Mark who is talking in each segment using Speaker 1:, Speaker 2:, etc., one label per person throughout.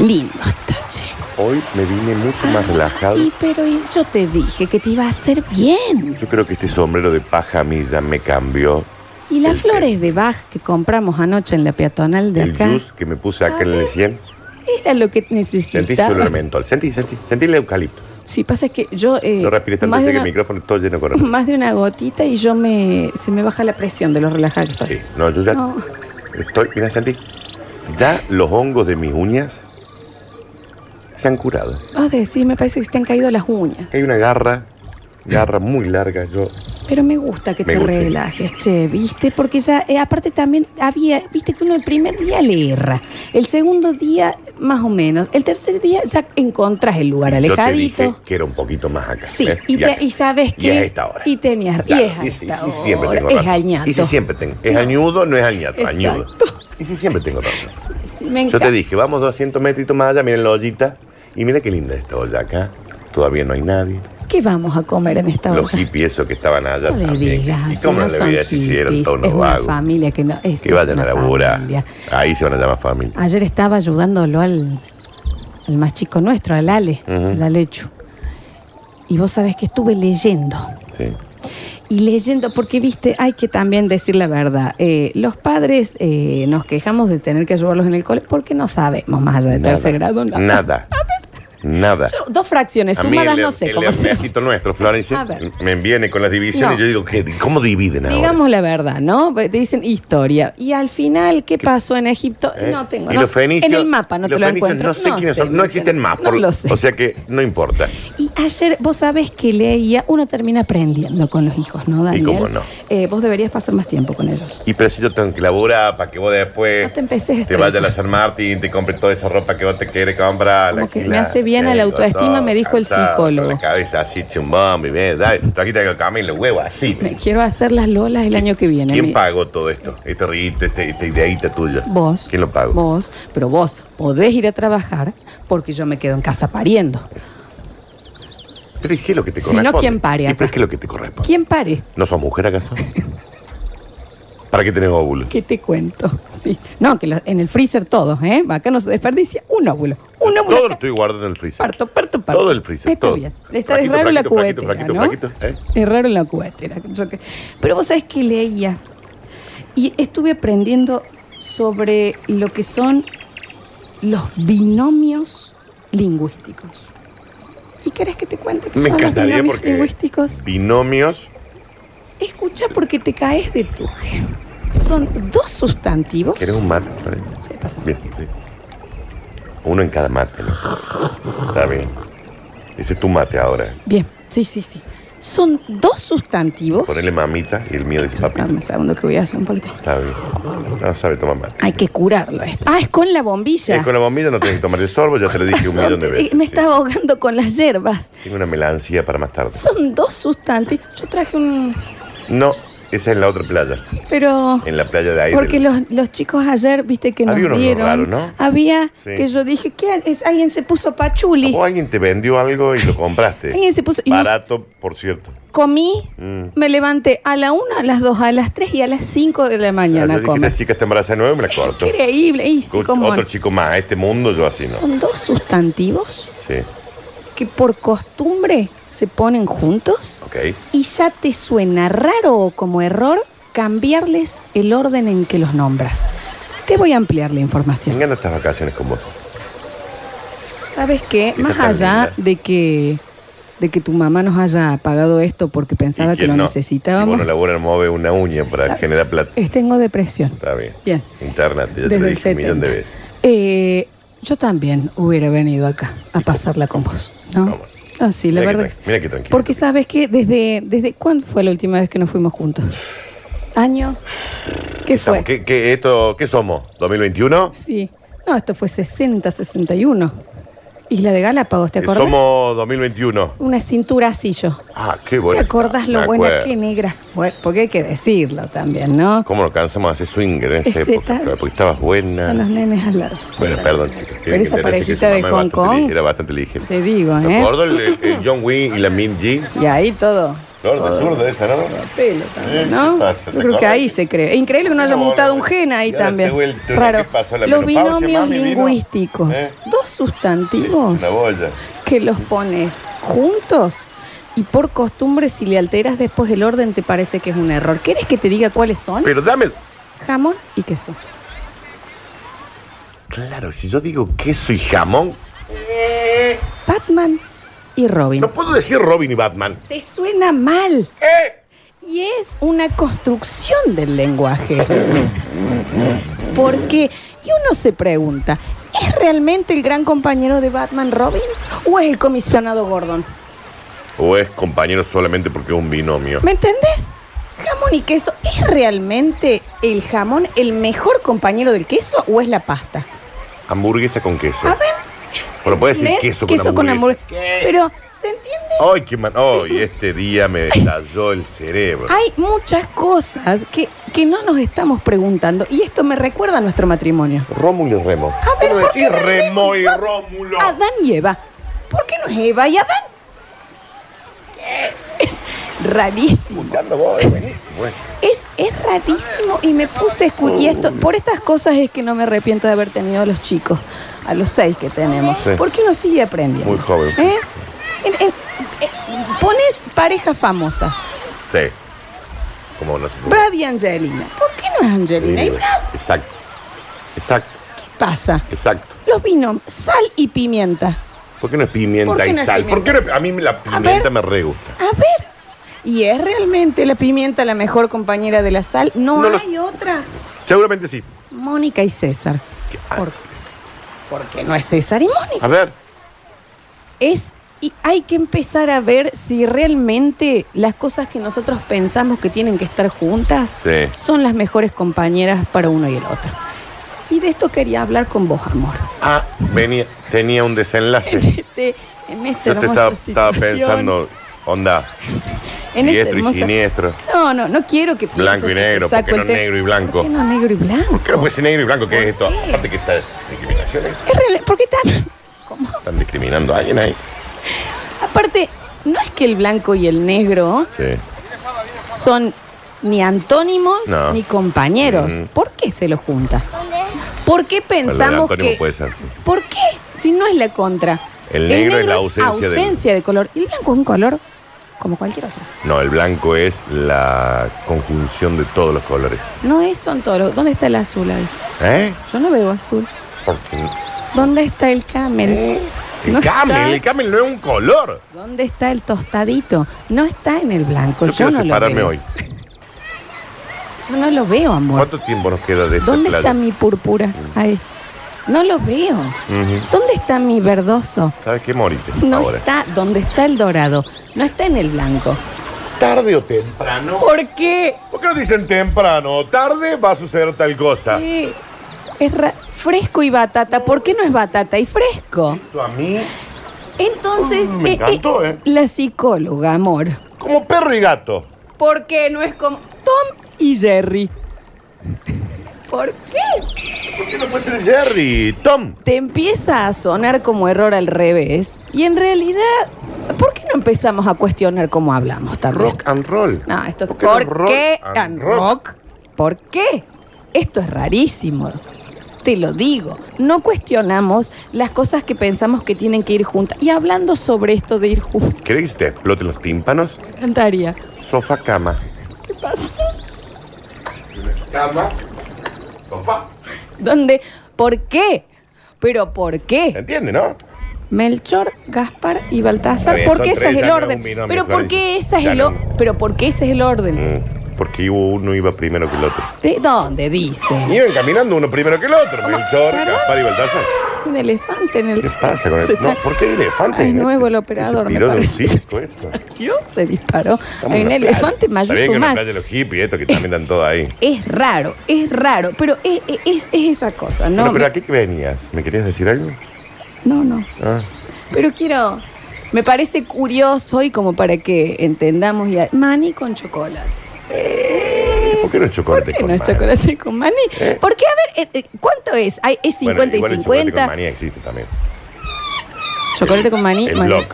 Speaker 1: Lindo está, che.
Speaker 2: Hoy me vine mucho más relajado.
Speaker 1: Y pero y yo te dije que te iba a hacer bien.
Speaker 2: Yo creo que este sombrero de paja a mí ya me cambió.
Speaker 1: Y las
Speaker 2: El-
Speaker 1: flores de Bach que compramos anoche en la peatonal de
Speaker 2: El
Speaker 1: acá.
Speaker 2: juice que me puse acá en el 100.
Speaker 1: Era lo que
Speaker 2: Sentí solo el
Speaker 1: necesitabas.
Speaker 2: mentol. Sentí, sentí, sentí el eucalipto.
Speaker 1: Sí, pasa es que yo... eh,
Speaker 2: No respiré tanto,
Speaker 1: más,
Speaker 2: sé
Speaker 1: de
Speaker 2: que el
Speaker 1: una,
Speaker 2: micrófono está lleno con
Speaker 1: más de una gotita y yo me... Se me baja la presión de los relajados. que estoy.
Speaker 2: Sí, no, yo ya
Speaker 1: No.
Speaker 2: estoy. Mira, Santi, ya los hongos de mis uñas se han curado.
Speaker 1: Vos decís, Ah, me parece que se te han caído las uñas.
Speaker 2: Hay una garra, garra muy larga. Yo,
Speaker 1: Pero me gusta que
Speaker 2: Me
Speaker 1: te
Speaker 2: gusta.
Speaker 1: relajes, che, ¿viste? Porque ya, eh, aparte también había, viste que uno el primer día le erra. El segundo día, más o menos. El tercer día ya encontrás el lugar
Speaker 2: yo te dije
Speaker 1: alejadito.
Speaker 2: que era un poquito más acá.
Speaker 1: Sí,
Speaker 2: ¿ves?
Speaker 1: y, te-
Speaker 2: acá.
Speaker 1: y sabes
Speaker 2: Y
Speaker 1: que.
Speaker 2: es a esta hora.
Speaker 1: Y tenías.
Speaker 2: Claro,
Speaker 1: y es a
Speaker 2: y si-
Speaker 1: esta
Speaker 2: y si siempre
Speaker 1: hora.
Speaker 2: tengo
Speaker 1: Es
Speaker 2: razón.
Speaker 1: añato.
Speaker 2: Y si siempre tengo. Es añudo, no es añato,
Speaker 1: Exacto.
Speaker 2: añudo. Y si siempre tengo razón.
Speaker 1: Sí, me
Speaker 2: Yo
Speaker 1: encanta.
Speaker 2: te dije, vamos 200 metritos más allá, miren la ollita. Y mira qué linda esta olla acá. Todavía no hay nadie.
Speaker 1: ¿Qué vamos a comer en esta
Speaker 2: Los
Speaker 1: hora?
Speaker 2: hippies esos que estaban allá
Speaker 1: No le
Speaker 2: también.
Speaker 1: digas,
Speaker 2: ¿Y cómo no
Speaker 1: no
Speaker 2: le
Speaker 1: son
Speaker 2: digas si hicieron
Speaker 1: hippies,
Speaker 2: todos
Speaker 1: Es
Speaker 2: unos
Speaker 1: una
Speaker 2: vagos?
Speaker 1: familia que no es.
Speaker 2: Que
Speaker 1: es
Speaker 2: vayan
Speaker 1: una
Speaker 2: a laburar.
Speaker 1: familia.
Speaker 2: Ahí se van a llamar familia.
Speaker 1: Ayer estaba ayudándolo al, al más chico nuestro, al Ale,
Speaker 2: Ujú.
Speaker 1: al Alechu. Y vos sabés que estuve leyendo.
Speaker 2: Sí.
Speaker 1: Y leyendo, porque viste, hay que también decir la verdad. Eh, los padres eh, nos quejamos de tener que ayudarlos en el cole porque no sabemos más allá de
Speaker 2: Nada.
Speaker 1: tercer grado. nada.
Speaker 2: Nada. Nada.
Speaker 1: Yo, Dos fracciones
Speaker 2: A mí
Speaker 1: sumadas,
Speaker 2: el-
Speaker 1: no sé
Speaker 2: el
Speaker 1: cómo se hace.
Speaker 2: Ernestito nuestro, Florencia,
Speaker 1: A ver.
Speaker 2: me viene con las divisiones
Speaker 1: No.
Speaker 2: y yo digo, ¿qué? ¿cómo dividen ahora?
Speaker 1: Digamos la verdad, ¿no? Te dicen historia. Y al final, ¿qué, pasó en Egipto?
Speaker 2: ¿Eh?
Speaker 1: No tengo.
Speaker 2: Y
Speaker 1: no
Speaker 2: los
Speaker 1: sé.
Speaker 2: fenicios,
Speaker 1: en el mapa no
Speaker 2: los
Speaker 1: te lo
Speaker 2: fenicios
Speaker 1: encuentro.
Speaker 2: No sé quiénes
Speaker 1: sé,
Speaker 2: son, no existen más.
Speaker 1: No
Speaker 2: por-
Speaker 1: lo sé.
Speaker 2: O sea que no importa.
Speaker 1: Y ayer, vos sabés que leía, uno termina aprendiendo con los hijos, ¿no, Daniel?
Speaker 2: Y cómo no.
Speaker 1: Eh, vos deberías pasar más tiempo con ellos.
Speaker 2: Y pero si yo tengo que laburar para que vos después
Speaker 1: No te empeces a
Speaker 2: te vayas a la
Speaker 1: estresar.
Speaker 2: San Martín, te compres toda esa ropa que vos te quieres comprar.
Speaker 1: Como
Speaker 2: la-
Speaker 1: que
Speaker 2: la-
Speaker 1: me hace bien a la
Speaker 2: eh,
Speaker 1: autoestima,
Speaker 2: todo
Speaker 1: me dijo el
Speaker 2: cansado,
Speaker 1: psicólogo.
Speaker 2: con La cabeza así chumbón, mi bien, dale, traquita que camino los huevos así.
Speaker 1: Me quiero hacer las lolas el año que viene.
Speaker 2: ¿Quién
Speaker 1: mi-
Speaker 2: pagó todo esto? Este rito, este, esta ideita tuya.
Speaker 1: Vos.
Speaker 2: ¿Quién lo pagó?
Speaker 1: Vos, pero vos podés ir a trabajar porque yo me quedo en casa pariendo.
Speaker 2: Pero y si es lo que te
Speaker 1: Si no,
Speaker 2: corresponde.
Speaker 1: ¿quién pare
Speaker 2: Y
Speaker 1: acá?
Speaker 2: pero es que es lo que te corresponde.
Speaker 1: ¿Quién pare?
Speaker 2: ¿No sos mujer acaso? ¿Para qué tenés óvulos?
Speaker 1: ¿Qué te cuento? Sí. No, que lo- en el freezer todos, ¿eh? Acá no se desperdicia un óvulo. Un óvulo.
Speaker 2: Todo lo
Speaker 1: acá.
Speaker 2: estoy guardando en el freezer.
Speaker 1: Parto, parto, parto.
Speaker 2: Todo el freezer,
Speaker 1: Está
Speaker 2: todo.
Speaker 1: bien. Está es
Speaker 2: Fraquito,
Speaker 1: raro la
Speaker 2: fraquito, fraquito,
Speaker 1: cubetera,
Speaker 2: fraquito,
Speaker 1: ¿no?
Speaker 2: fraquito, ¿eh?
Speaker 1: Es raro la cubetera. yo que- Pero vos sabés que leía y estuve aprendiendo sobre lo que son los binomios lingüísticos. ¿Y querés que te cuente qué
Speaker 2: Me
Speaker 1: son los
Speaker 2: encantaría
Speaker 1: binomios
Speaker 2: porque-
Speaker 1: lingüísticos?
Speaker 2: Binomios.
Speaker 1: Escucha porque te caes de tuje. Son dos sustantivos.
Speaker 2: ¿Querés un mate? Florencia?
Speaker 1: Sí, pasa.
Speaker 2: Bien, sí. Uno en cada mate, ¿no? Está bien. Ese es tu mate ahora. ¿eh?
Speaker 1: Bien, sí, sí, sí. Son dos sustantivos.
Speaker 2: Ponele mamita y el mío dice papita.
Speaker 1: Dame un segundo que voy a hacer un poquito.
Speaker 2: Está bien. No sabe tomar mate.
Speaker 1: Hay que curarlo esto. Ah, es con la bombilla.
Speaker 2: Es con la bombilla no tienes que tomar el sorbo, ya te lo dije un
Speaker 1: Son-
Speaker 2: millón de veces.
Speaker 1: Me
Speaker 2: sí.
Speaker 1: estaba ahogando con las hierbas.
Speaker 2: Tengo una melancia para más tarde.
Speaker 1: Son dos sustantes. Yo traje un.
Speaker 2: No, esa es la otra playa.
Speaker 1: Pero.
Speaker 2: En la playa de ahí.
Speaker 1: Porque
Speaker 2: del-
Speaker 1: los, los chicos ayer, viste que
Speaker 2: Había
Speaker 1: nos
Speaker 2: unos
Speaker 1: dieron.
Speaker 2: raros, ¿no?
Speaker 1: Había
Speaker 2: Sí.
Speaker 1: que yo dije, ¿qué? es- alguien se puso pachuli.
Speaker 2: O alguien te vendió algo y lo compraste.
Speaker 1: Alguien se puso- y no-
Speaker 2: Barato, por cierto.
Speaker 1: Comí,
Speaker 2: Mm.
Speaker 1: me levanté a la una, a las dos, a las tres y a las cinco de la mañana
Speaker 2: Ah, Yo
Speaker 1: a
Speaker 2: dije, esta
Speaker 1: comer.
Speaker 2: chica está embarazada de nuevo y me la corto.
Speaker 1: Increíble. Y sí,
Speaker 2: Escucha,
Speaker 1: cómo
Speaker 2: Otro
Speaker 1: no.
Speaker 2: chico más, a este mundo yo así no.
Speaker 1: Son dos sustantivos
Speaker 2: Sí,
Speaker 1: que por costumbre se ponen juntos.
Speaker 2: ok.
Speaker 1: y ya te suena raro o como error cambiarles el orden en que los nombras. Te voy a ampliar la
Speaker 2: Me
Speaker 1: información.
Speaker 2: encantan estas vacaciones con vos.
Speaker 1: ¿Sabes qué?
Speaker 2: Esta
Speaker 1: Más
Speaker 2: está
Speaker 1: allá
Speaker 2: linda.
Speaker 1: de que, de que tu mamá nos haya pagado esto porque pensaba
Speaker 2: ¿Y
Speaker 1: que
Speaker 2: quién
Speaker 1: lo
Speaker 2: no? Si
Speaker 1: necesitábamos,
Speaker 2: vos no laburas, mueve una uña para
Speaker 1: Claro.
Speaker 2: generar plata.
Speaker 1: es- tengo depresión.
Speaker 2: Está bien.
Speaker 1: Bien,
Speaker 2: Interna, ya te
Speaker 1: desde
Speaker 2: lo
Speaker 1: el
Speaker 2: dije un
Speaker 1: 70.
Speaker 2: millón de veces.
Speaker 1: Eh, yo también hubiera venido acá a pasarla con vos, ¿no?
Speaker 2: Vamos.
Speaker 1: Ah, sí, la
Speaker 2: Mira
Speaker 1: verdad.
Speaker 2: que
Speaker 1: que-
Speaker 2: tranqui- Mira que tranquilo.
Speaker 1: Porque sabes que desde, desde ¿cuándo fue la última vez que nos fuimos juntos? ¿Año? ¿Qué fue?
Speaker 2: Estamos- ¿Qué, qué, esto, ¿Qué somos? ¿2021?
Speaker 1: Sí. No, esto fue 60, 61. Isla de Galápagos, ¿te
Speaker 2: Eh,
Speaker 1: acordás?
Speaker 2: Somos 2021.
Speaker 1: Una cintura así yo.
Speaker 2: Ah, qué bueno.
Speaker 1: ¿Te acordás lo
Speaker 2: Me
Speaker 1: buena
Speaker 2: acuerdo.
Speaker 1: que negra fue? Porque hay que decirlo también, ¿no?
Speaker 2: ¿Cómo nos cansamos de hacer swinger en esa
Speaker 1: Ese
Speaker 2: época?
Speaker 1: tal.
Speaker 2: Flor? Porque estabas buena.
Speaker 1: Con los nenes al lado.
Speaker 2: Bueno, perdón, chicos. Tienen
Speaker 1: Pero
Speaker 2: que
Speaker 1: esa
Speaker 2: entenderse
Speaker 1: parejita
Speaker 2: que su
Speaker 1: de
Speaker 2: mamá es
Speaker 1: Hong
Speaker 2: bastante
Speaker 1: Kong-
Speaker 2: li- Era bastante ligera.
Speaker 1: Te digo,
Speaker 2: Me
Speaker 1: ¿eh?
Speaker 2: acuerdo el, el John Wayne y la Min G.
Speaker 1: Y ahí todo.
Speaker 2: Flor de zurdo esa, ¿no?
Speaker 1: Pelo también,
Speaker 2: Eh,
Speaker 1: ¿no?
Speaker 2: ¿qué pasa?
Speaker 1: Yo creo que ahí se cree. Es increíble que no haya
Speaker 2: Mira,
Speaker 1: mutado un
Speaker 2: boludo.
Speaker 1: gen ahí
Speaker 2: Y ahora
Speaker 1: también.
Speaker 2: te vuelto una,
Speaker 1: Raro.
Speaker 2: ¿qué pasó? ¿La
Speaker 1: Los
Speaker 2: menopausia,
Speaker 1: binomios
Speaker 2: mami, vino?
Speaker 1: lingüísticos,
Speaker 2: Eh.
Speaker 1: dos sustantivos
Speaker 2: Una boya.
Speaker 1: que los pones juntos y por costumbre si le alteras después el orden te parece que es un error. ¿Quieres que te diga cuáles son?
Speaker 2: Pero dame.
Speaker 1: Jamón y queso.
Speaker 2: Claro, si yo digo queso y jamón,
Speaker 1: Batman y Robin.
Speaker 2: no puedo decir Robin y Batman.
Speaker 1: Te suena mal.
Speaker 2: ¡Eh!
Speaker 1: Y es una construcción del lenguaje. Porque, y uno se pregunta, ¿es realmente el gran compañero de Batman Robin o es el comisionado Gordon?
Speaker 2: O es compañero solamente porque es un binomio.
Speaker 1: ¿Me entendés? Jamón y queso, ¿es realmente el jamón el mejor compañero del queso o es la pasta?
Speaker 2: Hamburguesa con queso.
Speaker 1: A ver,
Speaker 2: Bueno, puede decir
Speaker 1: ¿ves?
Speaker 2: queso con hamburguesa.
Speaker 1: hamburguesa. Pero, ¿se entiende?
Speaker 2: Ay, qué man. Ay, este día me estalló el cerebro.
Speaker 1: Hay muchas cosas que, que no nos estamos preguntando y esto me recuerda a nuestro matrimonio.
Speaker 2: Rómulo y Remo.
Speaker 1: A ver,
Speaker 2: Bueno,
Speaker 1: ¿por qué
Speaker 2: decís
Speaker 1: no es
Speaker 2: Remo y
Speaker 1: Remo?
Speaker 2: Rómulo.
Speaker 1: Adán y Eva. ¿Por qué no es Eva y Adán? Es rarísimo.
Speaker 2: Escuchando vos, es buenísimo. eh.
Speaker 1: Es, es rarísimo y me puse a escu- y esto Por estas cosas es que no me arrepiento de haber tenido a los chicos, a los seis que tenemos.
Speaker 2: Sí.
Speaker 1: Porque uno sigue aprendiendo.
Speaker 2: Muy joven.
Speaker 1: ¿Eh? En- en- eh, pones parejas famosas.
Speaker 2: Sí. Como no se puede.
Speaker 1: Brad y Angelina. ¿Por qué no es Angelina? ¿Y Brad?
Speaker 2: Exacto. Exacto,
Speaker 1: ¿Qué pasa?
Speaker 2: exacto.
Speaker 1: Los vinos, sal y pimienta.
Speaker 2: ¿Por qué no es pimienta
Speaker 1: ¿Por qué
Speaker 2: y
Speaker 1: no es
Speaker 2: sal? ¿Por qué
Speaker 1: pimienta?
Speaker 2: no- a mí la
Speaker 1: ver.
Speaker 2: pimienta me re gusta?
Speaker 1: A ver, ¿y es realmente la pimienta la mejor compañera de la sal? No,
Speaker 2: No lo-
Speaker 1: hay otras.
Speaker 2: Seguramente sí.
Speaker 1: Mónica y César.
Speaker 2: ¿Qué- Ah,
Speaker 1: ¿Por, por qué no es César y Mónica?
Speaker 2: A ver,
Speaker 1: Es, y hay que empezar a ver si realmente las cosas que nosotros pensamos que tienen que estar juntas
Speaker 2: Sí.
Speaker 1: son las mejores compañeras para uno y el otro. Y de esto quería hablar con vos, amor.
Speaker 2: ah, venía, tenía un desenlace.
Speaker 1: Este- en esta
Speaker 2: Yo te
Speaker 1: hermosa
Speaker 2: estaba, estaba
Speaker 1: situación,
Speaker 2: pensando, onda,
Speaker 1: en este esta
Speaker 2: diestro y
Speaker 1: hermosa-
Speaker 2: siniestro,
Speaker 1: No, no, no quiero que pienses
Speaker 2: blanco y
Speaker 1: que te
Speaker 2: negro,
Speaker 1: saco
Speaker 2: porque no
Speaker 1: el tema.
Speaker 2: negro y blanco.
Speaker 1: ¿Por qué no negro y blanco?
Speaker 2: ¿Por qué no puede ser negro y blanco? ¿Qué es esto? Aparte que está discriminaciones,
Speaker 1: Es real- ¿Por qué tan? ¿Cómo?
Speaker 2: están discriminando a alguien ahí.
Speaker 1: Aparte, no es que el blanco y el negro
Speaker 2: Sí.
Speaker 1: son ni antónimos
Speaker 2: No.
Speaker 1: ni compañeros.
Speaker 2: Mm.
Speaker 1: ¿Por qué se los junta? ¿Por qué pensamos
Speaker 2: Antónimo
Speaker 1: que.?
Speaker 2: puede ser, sí.
Speaker 1: ¿Por qué? Si no es la contra.
Speaker 2: El negro es la ausencia del-
Speaker 1: ausencia de color. Y el blanco es un color como cualquier otro.
Speaker 2: No, el blanco es la conjunción de todos los colores.
Speaker 1: No es, son toros. ¿Dónde está el azul ahí?
Speaker 2: ¿Eh?
Speaker 1: Yo no veo azul.
Speaker 2: Porque
Speaker 1: ¿Dónde está el camel?
Speaker 2: Eh. el
Speaker 1: No
Speaker 2: camel,
Speaker 1: está.
Speaker 2: el camel no es un color.
Speaker 1: ¿Dónde está el tostadito? No está en el blanco.
Speaker 2: Yo,
Speaker 1: Yo,
Speaker 2: quiero
Speaker 1: no lo
Speaker 2: separarme
Speaker 1: veo.
Speaker 2: hoy.
Speaker 1: Yo no lo veo, amor.
Speaker 2: ¿Cuánto tiempo nos queda de esta
Speaker 1: ¿Dónde
Speaker 2: playa?
Speaker 1: está mi púrpura? Ahí. No lo veo.
Speaker 2: Ujú.
Speaker 1: ¿Dónde está mi verdoso?
Speaker 2: ¿Sabes qué? Morite
Speaker 1: No
Speaker 2: ahora.
Speaker 1: está. ¿Dónde está el dorado? No está en el blanco.
Speaker 2: Tarde o temprano.
Speaker 1: ¿Por qué?
Speaker 2: ¿Por qué no dicen temprano? Tarde va a suceder tal cosa.
Speaker 1: Sí. Es ra- fresco y batata. ¿Por qué no es batata y fresco?
Speaker 2: Esto a mí,
Speaker 1: Entonces,
Speaker 2: Mm, me encantó, ¿eh?
Speaker 1: la psicóloga, amor.
Speaker 2: como perro y gato.
Speaker 1: ¿Por qué no es como Tom y Jerry? ¿Por qué?
Speaker 2: ¿Por qué no puede ser Jerry? Tom.
Speaker 1: Te empieza a sonar como error al revés. Y en realidad, ¿por qué no empezamos a cuestionar cómo hablamos también?
Speaker 2: Rock and roll.
Speaker 1: No, esto es
Speaker 2: ¿Por qué no
Speaker 1: ¿Por
Speaker 2: rock
Speaker 1: qué
Speaker 2: and
Speaker 1: and
Speaker 2: roll?
Speaker 1: rock? ¿Por qué? Esto es rarísimo. Te lo digo. No cuestionamos las cosas que pensamos que tienen que ir juntas. Y hablando sobre esto de ir juntas,
Speaker 2: ¿Querés que te exploten los tímpanos?
Speaker 1: me encantaría.
Speaker 2: Sofá, cama.
Speaker 1: ¿Qué pasa?
Speaker 2: Cama. Sofá.
Speaker 1: ¿Dónde? ¿Por qué? ¿Pero por qué?
Speaker 2: ¿Entiendes, no?
Speaker 1: Melchor, Gaspar y
Speaker 2: Está
Speaker 1: Baltasar.
Speaker 2: bien,
Speaker 1: ¿Por
Speaker 2: son
Speaker 1: qué ese
Speaker 2: tres,
Speaker 1: es
Speaker 2: ya
Speaker 1: el
Speaker 2: no es
Speaker 1: orden?
Speaker 2: un binomio,
Speaker 1: ¿Pero por qué
Speaker 2: Florencia.
Speaker 1: ese es
Speaker 2: Ya
Speaker 1: el
Speaker 2: no.
Speaker 1: orden? ¿Pero por qué ese es el orden?
Speaker 2: Mm, porque uno iba primero que el otro.
Speaker 1: ¿De dónde dice?
Speaker 2: Iban caminando uno primero que el otro. Melchor,
Speaker 1: ¿Perdón?
Speaker 2: Gaspar y Baltasar.
Speaker 1: Un elefante en el.
Speaker 2: ¿Qué les pasa con
Speaker 1: Se
Speaker 2: el.?
Speaker 1: está-
Speaker 2: No, ¿Por qué hay elefantes?
Speaker 1: Ay,
Speaker 2: en
Speaker 1: nuevo
Speaker 2: este-
Speaker 1: el operador,
Speaker 2: Se
Speaker 1: me
Speaker 2: tiró de un
Speaker 1: parece.
Speaker 2: circo esto.
Speaker 1: Yo se disparó.
Speaker 2: Estamos
Speaker 1: Hay un
Speaker 2: en una
Speaker 1: elefante
Speaker 2: playa. Está bien que en la
Speaker 1: mayúscula.
Speaker 2: playa de los hippies, esto que también están todos ahí.
Speaker 1: Es raro, es raro, pero es, es- es- es esa cosa, ¿no?
Speaker 2: Bueno, pero ¿a qué venías? ¿Me querías decir algo?
Speaker 1: No, no.
Speaker 2: Ah,
Speaker 1: Pero quiero. Me parece curioso y como para que entendamos ya. Maní con chocolate.
Speaker 2: ¿y ¿Por qué no es chocolate
Speaker 1: ¿Por qué
Speaker 2: con
Speaker 1: no es
Speaker 2: maní?
Speaker 1: chocolate con maní?
Speaker 2: ¿Eh?
Speaker 1: Porque, a ver, eh, eh, ¿cuánto es? Hay, ¿Es 50
Speaker 2: bueno, igual
Speaker 1: y
Speaker 2: el chocolate con
Speaker 1: 50?
Speaker 2: maní existe también.
Speaker 1: chocolate con maní.
Speaker 2: El
Speaker 1: maní.
Speaker 2: blog.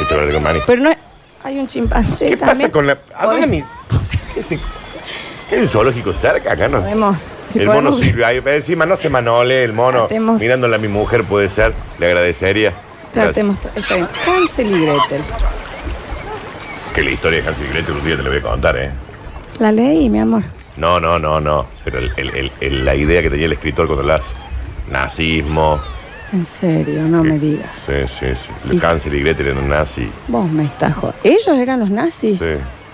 Speaker 2: El chocolate con maní.
Speaker 1: Pero no es. Hay un chimpancé
Speaker 2: ¿Qué
Speaker 1: también.
Speaker 2: pasa con la.? ¿A dónde
Speaker 1: Podemos-
Speaker 2: ni- Hay un zoológico cerca, acá no.
Speaker 1: Podemos. si
Speaker 2: el mono
Speaker 1: podemos-
Speaker 2: sirve ahí, pero encima no se manole el mono.
Speaker 1: Tratemos-
Speaker 2: Mirándola a mi mujer puede ser, le agradecería.
Speaker 1: Tratemos. Está bien. Hansel y Gretel.
Speaker 2: Gracias. Que la historia de Hansel y Gretel un día te la voy a contar, ¿eh?
Speaker 1: La leí, mi amor.
Speaker 2: No, no, no, no. Pero el- el- el- el- la idea que tenía el escritor cuando las nazismo.
Speaker 1: En serio, no me digas.
Speaker 2: Sí, sí, sí. El
Speaker 1: Y-
Speaker 2: Hansel y Gretel eran nazi.
Speaker 1: Vos me estás jod- ¿Ellos eran los nazis?
Speaker 2: Sí.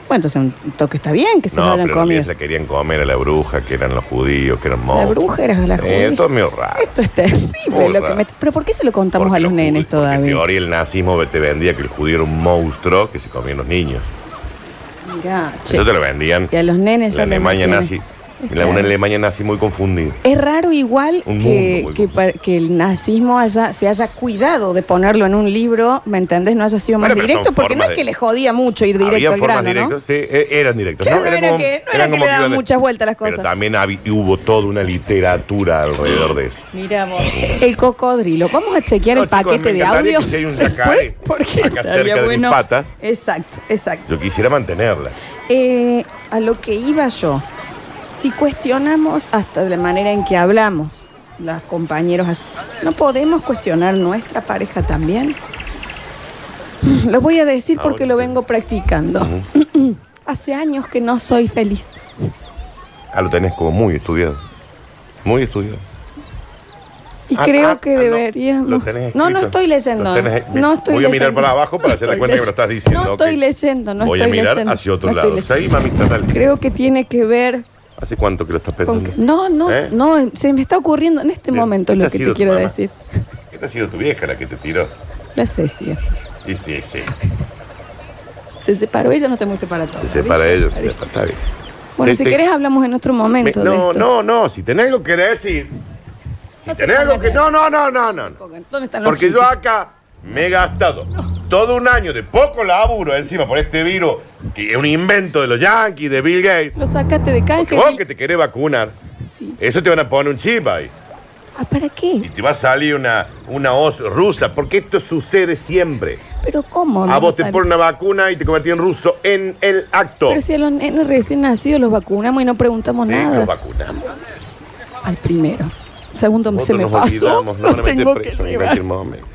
Speaker 1: Bueno, entonces un toque está bien que se lo
Speaker 2: No,
Speaker 1: hayan
Speaker 2: pero en realidad
Speaker 1: comido.
Speaker 2: se la querían comer a la bruja, que eran los judíos, que eran
Speaker 1: La
Speaker 2: monstruos.
Speaker 1: bruja era la
Speaker 2: Eh,
Speaker 1: judía.
Speaker 2: todo es medio raro.
Speaker 1: Esto es terrible.
Speaker 2: Muy
Speaker 1: Lo que
Speaker 2: raro.
Speaker 1: me- ¿Pero por qué se lo contamos
Speaker 2: Porque
Speaker 1: a los nenes
Speaker 2: judíos- porque En
Speaker 1: todavía?
Speaker 2: teoría el nazismo te vendía que el judío era un monstruo que se comían los niños.
Speaker 1: Mirá, che.
Speaker 2: Eso te lo vendían.
Speaker 1: Y a los nenes
Speaker 2: La
Speaker 1: ya les
Speaker 2: Alemania
Speaker 1: metieron-
Speaker 2: nazi.
Speaker 1: Está
Speaker 2: La, una
Speaker 1: bien.
Speaker 2: Alemania nazi muy confundida.
Speaker 1: Es raro igual
Speaker 2: Un
Speaker 1: que,
Speaker 2: mundo muy
Speaker 1: que, pa- que el nazismo haya, se haya cuidado de ponerlo en un libro, ¿me entendés? No haya sido más
Speaker 2: Bueno, pero
Speaker 1: directo,
Speaker 2: son
Speaker 1: porque no
Speaker 2: formas
Speaker 1: es que
Speaker 2: de-
Speaker 1: le jodía mucho ir directo
Speaker 2: Había
Speaker 1: al grano, ¿no?
Speaker 2: directas, sí, eh, eran directos.
Speaker 1: Claro,
Speaker 2: Eran
Speaker 1: era
Speaker 2: como-
Speaker 1: que- no era
Speaker 2: eran
Speaker 1: que
Speaker 2: como
Speaker 1: le daban
Speaker 2: iban de-
Speaker 1: muchas vueltas las cosas.
Speaker 2: Pero también hab- hubo toda una literatura alrededor de eso.
Speaker 1: Mira vos. El cocodrilo. Vamos a chequear
Speaker 2: No,
Speaker 1: el
Speaker 2: chicos,
Speaker 1: paquete
Speaker 2: me
Speaker 1: de
Speaker 2: encantaría que
Speaker 1: audios.
Speaker 2: si hay un yacaré
Speaker 1: después, porque
Speaker 2: acá
Speaker 1: estaría
Speaker 2: cerca de mis
Speaker 1: bueno.
Speaker 2: patas.
Speaker 1: Exacto, exacto.
Speaker 2: Yo quisiera mantenerla.
Speaker 1: Eh, a lo que iba yo, si cuestionamos hasta de la manera en que hablamos, las compañeros, así, ¿no podemos cuestionar nuestra pareja también? Lo voy a decir
Speaker 2: Ah,
Speaker 1: porque
Speaker 2: bueno.
Speaker 1: lo vengo practicando.
Speaker 2: Ujú.
Speaker 1: Hace años que no soy feliz.
Speaker 2: Ah, lo tenés como muy estudiado. Muy estudiado.
Speaker 1: Y
Speaker 2: Ah,
Speaker 1: creo
Speaker 2: ah,
Speaker 1: que
Speaker 2: ah, no.
Speaker 1: deberíamos.
Speaker 2: Lo tenés
Speaker 1: no, no
Speaker 2: escrito.
Speaker 1: estoy
Speaker 2: Lo
Speaker 1: leyendo.
Speaker 2: tenés-
Speaker 1: no estoy
Speaker 2: Voy a mirar
Speaker 1: leyendo.
Speaker 2: para abajo para
Speaker 1: No
Speaker 2: hacer la
Speaker 1: estoy
Speaker 2: cuenta que me lo
Speaker 1: leyendo.
Speaker 2: estás diciendo.
Speaker 1: No
Speaker 2: ok.
Speaker 1: estoy leyendo, no
Speaker 2: Voy
Speaker 1: estoy
Speaker 2: a mirar
Speaker 1: leyendo.
Speaker 2: hacia otro
Speaker 1: No estoy
Speaker 2: lado.
Speaker 1: leyendo.
Speaker 2: Sí, mamita, dale.
Speaker 1: Creo que tiene que ver
Speaker 2: ¿Hace cuánto que lo estás
Speaker 1: con.
Speaker 2: pensando?
Speaker 1: que- no, no,
Speaker 2: ¿Eh?
Speaker 1: no. Se me está ocurriendo en este
Speaker 2: Bien,
Speaker 1: momento
Speaker 2: esta
Speaker 1: lo
Speaker 2: ha
Speaker 1: que
Speaker 2: sido
Speaker 1: te
Speaker 2: tu
Speaker 1: quiero
Speaker 2: mamá.
Speaker 1: decir.
Speaker 2: Esta ha sido tu vieja la que te tiró.
Speaker 1: La Ceci.
Speaker 2: Sí, sí, sí.
Speaker 1: Se separó ella, no estamos separados
Speaker 2: Se separa ellos. se
Speaker 1: Parece.
Speaker 2: separa, Está bien.
Speaker 1: Bueno,
Speaker 2: Te-
Speaker 1: si
Speaker 2: te-
Speaker 1: querés hablamos en otro
Speaker 2: Me-
Speaker 1: momento. de
Speaker 2: no,
Speaker 1: esto.
Speaker 2: no, no. Si tenés algo que decir. Si
Speaker 1: No te
Speaker 2: tenés algo
Speaker 1: pongas
Speaker 2: que. No, no, no, no, no. no.
Speaker 1: ¿Dónde están los
Speaker 2: Porque
Speaker 1: hippies?
Speaker 2: yo acá me he gastado todo un año de poco laburo encima por este virus, que es un invento de los yankees, de Bill Gates.
Speaker 1: Lo sacaste de
Speaker 2: Porque
Speaker 1: canje.
Speaker 2: vos
Speaker 1: y-
Speaker 2: que te querés vacunar,
Speaker 1: Sí.
Speaker 2: eso te van a poner un chip ahí.
Speaker 1: Ah, ¿Para
Speaker 2: Y
Speaker 1: qué?
Speaker 2: te va a salir una, una hoz rusa, porque esto sucede siempre.
Speaker 1: ¿Pero cómo?
Speaker 2: A
Speaker 1: no
Speaker 2: vos te
Speaker 1: sabe?
Speaker 2: ponen una vacuna y te convertís en ruso en el acto.
Speaker 1: Pero si a los nenes recién nacidos los vacunamos y no preguntamos
Speaker 2: Sí,
Speaker 1: nada.
Speaker 2: nos vacunamos.
Speaker 1: Al primero. Segundo
Speaker 2: Nosotros
Speaker 1: se me
Speaker 2: nos
Speaker 1: pasó.
Speaker 2: olvidamos, nos van a
Speaker 1: Lo
Speaker 2: meter
Speaker 1: tengo que
Speaker 2: preso en
Speaker 1: llevar.
Speaker 2: cualquier momento.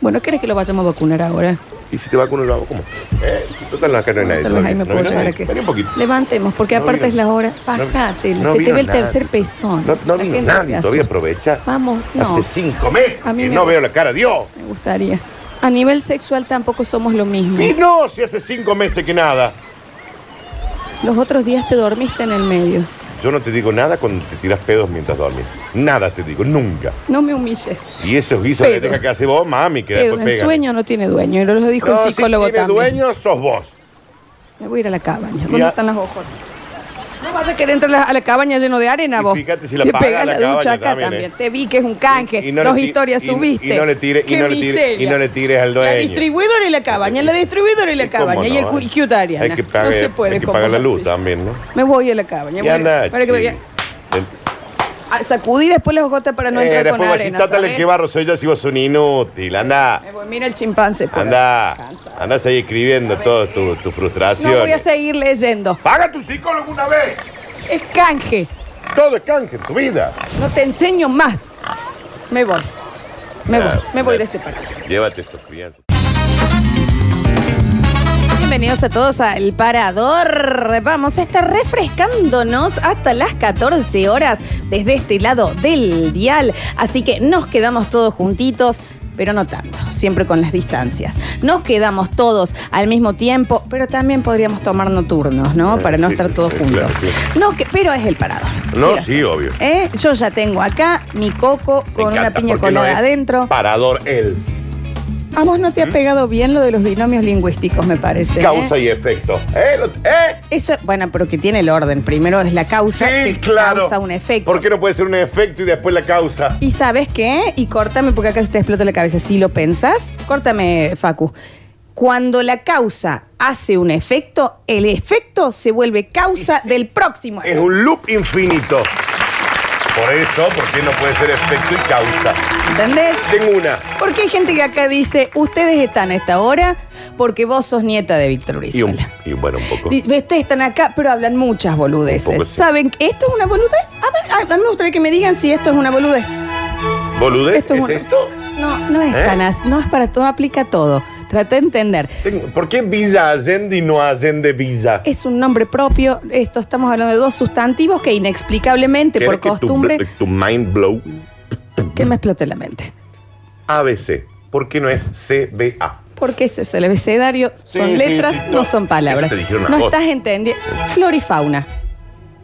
Speaker 1: Bueno, ¿querés que lo vayamos a vacunar ahora?
Speaker 2: Y si te vacuno, lo hago como. Eh, total, acá no hay nadie.
Speaker 1: Tal
Speaker 2: no
Speaker 1: vez
Speaker 2: vi-
Speaker 1: ahí me
Speaker 2: no
Speaker 1: puedo
Speaker 2: vi
Speaker 1: llegar
Speaker 2: nadie.
Speaker 1: a que.
Speaker 2: Vení un poquito.
Speaker 1: Levantemos, porque
Speaker 2: No
Speaker 1: aparte
Speaker 2: vino-
Speaker 1: es la hora.
Speaker 2: no-
Speaker 1: Bájate,
Speaker 2: no
Speaker 1: se te
Speaker 2: vino
Speaker 1: ve el
Speaker 2: nadie.
Speaker 1: tercer pezón.
Speaker 2: No, no
Speaker 1: La
Speaker 2: vino
Speaker 1: gente se
Speaker 2: nadie, todavía
Speaker 1: asusta.
Speaker 2: aprovecha.
Speaker 1: Vamos, no.
Speaker 2: Hace cinco meses
Speaker 1: A mí
Speaker 2: que
Speaker 1: me-
Speaker 2: no veo la cara. ¡Dios!
Speaker 1: Me gustaría. A nivel sexual tampoco somos lo mismo.
Speaker 2: Y no, si hace cinco meses que nada.
Speaker 1: Los otros días te dormiste en el medio.
Speaker 2: Yo no te digo nada cuando te tiras pedos mientras dormís. Nada te digo, nunca.
Speaker 1: No me humilles.
Speaker 2: Y esos guisos que
Speaker 1: Pedo.
Speaker 2: tengas que hacer vos, mami, que
Speaker 1: Pero
Speaker 2: después
Speaker 1: el
Speaker 2: pegan.
Speaker 1: sueño no tiene dueño, y lo dijo
Speaker 2: No,
Speaker 1: el psicólogo
Speaker 2: si tiene
Speaker 1: también.
Speaker 2: dueño, sos vos.
Speaker 1: Me voy a ir a la cabaña. ¿Dónde
Speaker 2: Ya.
Speaker 1: están las hojas? No vas a querer entrar a la, a la cabaña lleno de arena
Speaker 2: Y
Speaker 1: vos.
Speaker 2: fíjate si la
Speaker 1: Te
Speaker 2: paga
Speaker 1: pegás la
Speaker 2: la
Speaker 1: ducha
Speaker 2: cabaña
Speaker 1: acá también.
Speaker 2: también, ¿eh?
Speaker 1: Te vi que es un canje.
Speaker 2: Y no le
Speaker 1: Dos
Speaker 2: ti-
Speaker 1: historias
Speaker 2: y-
Speaker 1: subiste.
Speaker 2: Y no le tires, y
Speaker 1: Qué
Speaker 2: no le tires, y
Speaker 1: miseria.
Speaker 2: no le tires al dueño.
Speaker 1: La distribuidora y la cabaña, la distribuidora y la cabaña, y el cu- y cute Ariana.
Speaker 2: eh? Hay que pagar,
Speaker 1: no se puede
Speaker 2: hay que
Speaker 1: como
Speaker 2: pagar la
Speaker 1: así.
Speaker 2: luz también, ¿no?
Speaker 1: Me voy a la cabaña. voy
Speaker 2: Ya
Speaker 1: a-
Speaker 2: anda,
Speaker 1: para que me-
Speaker 2: chico. El-
Speaker 1: Ah, sacudí después las gotas para no
Speaker 2: Eh,
Speaker 1: entrar con
Speaker 2: después vos decís,
Speaker 1: arena.
Speaker 2: "Tátale,
Speaker 1: ¿sabes?
Speaker 2: que barro soy yo si vos sos un inútil. Anda,
Speaker 1: Me voy, mira el chimpancé. pues. por ahí.
Speaker 2: anda,
Speaker 1: Cansado.
Speaker 2: anda a seguir escribiendo todas tus tu
Speaker 1: eh, No voy a
Speaker 2: frustraciones.
Speaker 1: seguir leyendo.
Speaker 2: Paga a tu psicólogo una vez.
Speaker 1: Es canje.
Speaker 2: Todo es canje en tu vida.
Speaker 1: No te enseño más. Me voy. Me voy.
Speaker 2: Claro.
Speaker 1: Me voy de este paraje.
Speaker 2: Llévate estos crianzas.
Speaker 1: Bienvenidos a todos al Parador. Vamos a estar refrescándonos hasta las 14 horas desde este lado del dial. Así que nos quedamos todos juntitos, pero no tanto, siempre con las distancias. Nos quedamos todos al mismo tiempo, pero también podríamos tomarnos turnos, ¿no?
Speaker 2: Eh,
Speaker 1: Para no
Speaker 2: sí,
Speaker 1: estar
Speaker 2: sí,
Speaker 1: todos
Speaker 2: sí,
Speaker 1: juntos.
Speaker 2: claro,
Speaker 1: No, que- pero es el Parador.
Speaker 2: No,
Speaker 1: Quiero
Speaker 2: sí,
Speaker 1: hacer.
Speaker 2: obvio.
Speaker 1: ¿Eh? Yo ya tengo acá mi coco
Speaker 2: Me
Speaker 1: con una
Speaker 2: encanta,
Speaker 1: piña
Speaker 2: porque no
Speaker 1: colada
Speaker 2: es
Speaker 1: adentro.
Speaker 2: Parador el
Speaker 1: A vos no te ha pegado bien lo de los binomios lingüísticos, me parece. ¿eh?
Speaker 2: causa y efecto. ¿Eh? Lo- ¿Eh?
Speaker 1: Eso, bueno, pero que tiene el orden. Primero es la causa
Speaker 2: Sí,
Speaker 1: que
Speaker 2: claro.
Speaker 1: causa un efecto.
Speaker 2: ¿Por qué no puede ser un efecto y después la causa?
Speaker 1: ¿Y sabes qué? Y córtame porque acá se te explota la cabeza. Si lo pensás, córtame, Facu. Cuando la causa hace un efecto, el efecto se vuelve causa del próximo.
Speaker 2: Es un loop infinito. Por eso, porque no puede ser efecto y causa.
Speaker 1: ¿Entendés?
Speaker 2: Tengo una.
Speaker 1: Porque hay gente que acá dice, ustedes están a esta hora porque vos sos nieta de Víctor
Speaker 2: Y, un,
Speaker 1: Brizuela.
Speaker 2: y bueno, un poco.
Speaker 1: Di- Ustedes están acá, pero hablan muchas boludeces.
Speaker 2: Un poco, sí.
Speaker 1: ¿Saben que esto es una boludez? A ver, a, a mí me gustaría que me digan si esto es una boludez.
Speaker 2: ¿Boludez?
Speaker 1: Esto es
Speaker 2: ¿Es
Speaker 1: una-
Speaker 2: esto?
Speaker 1: No, no es
Speaker 2: ¿Eh?
Speaker 1: tan así. No es para todo, aplica a todo. Trata de entender.
Speaker 2: Tengo- ¿Por qué Villa Allende y no Allende Villa?
Speaker 1: Es un nombre propio. Esto estamos hablando de dos sustantivos que inexplicablemente,
Speaker 2: ¿Querés
Speaker 1: Este, por
Speaker 2: que tu-
Speaker 1: costumbre,
Speaker 2: Tu, mind blow.
Speaker 1: que me explote la mente.
Speaker 2: ABC. ¿Por qué no es CBA?
Speaker 1: Porque eso es el abecedario,
Speaker 2: Sí,
Speaker 1: son
Speaker 2: sí,
Speaker 1: letras,
Speaker 2: sí,
Speaker 1: no
Speaker 2: no.
Speaker 1: son palabras.
Speaker 2: Eso te dijeron a
Speaker 1: No
Speaker 2: vos.
Speaker 1: estás entendiendo. Flor y fauna.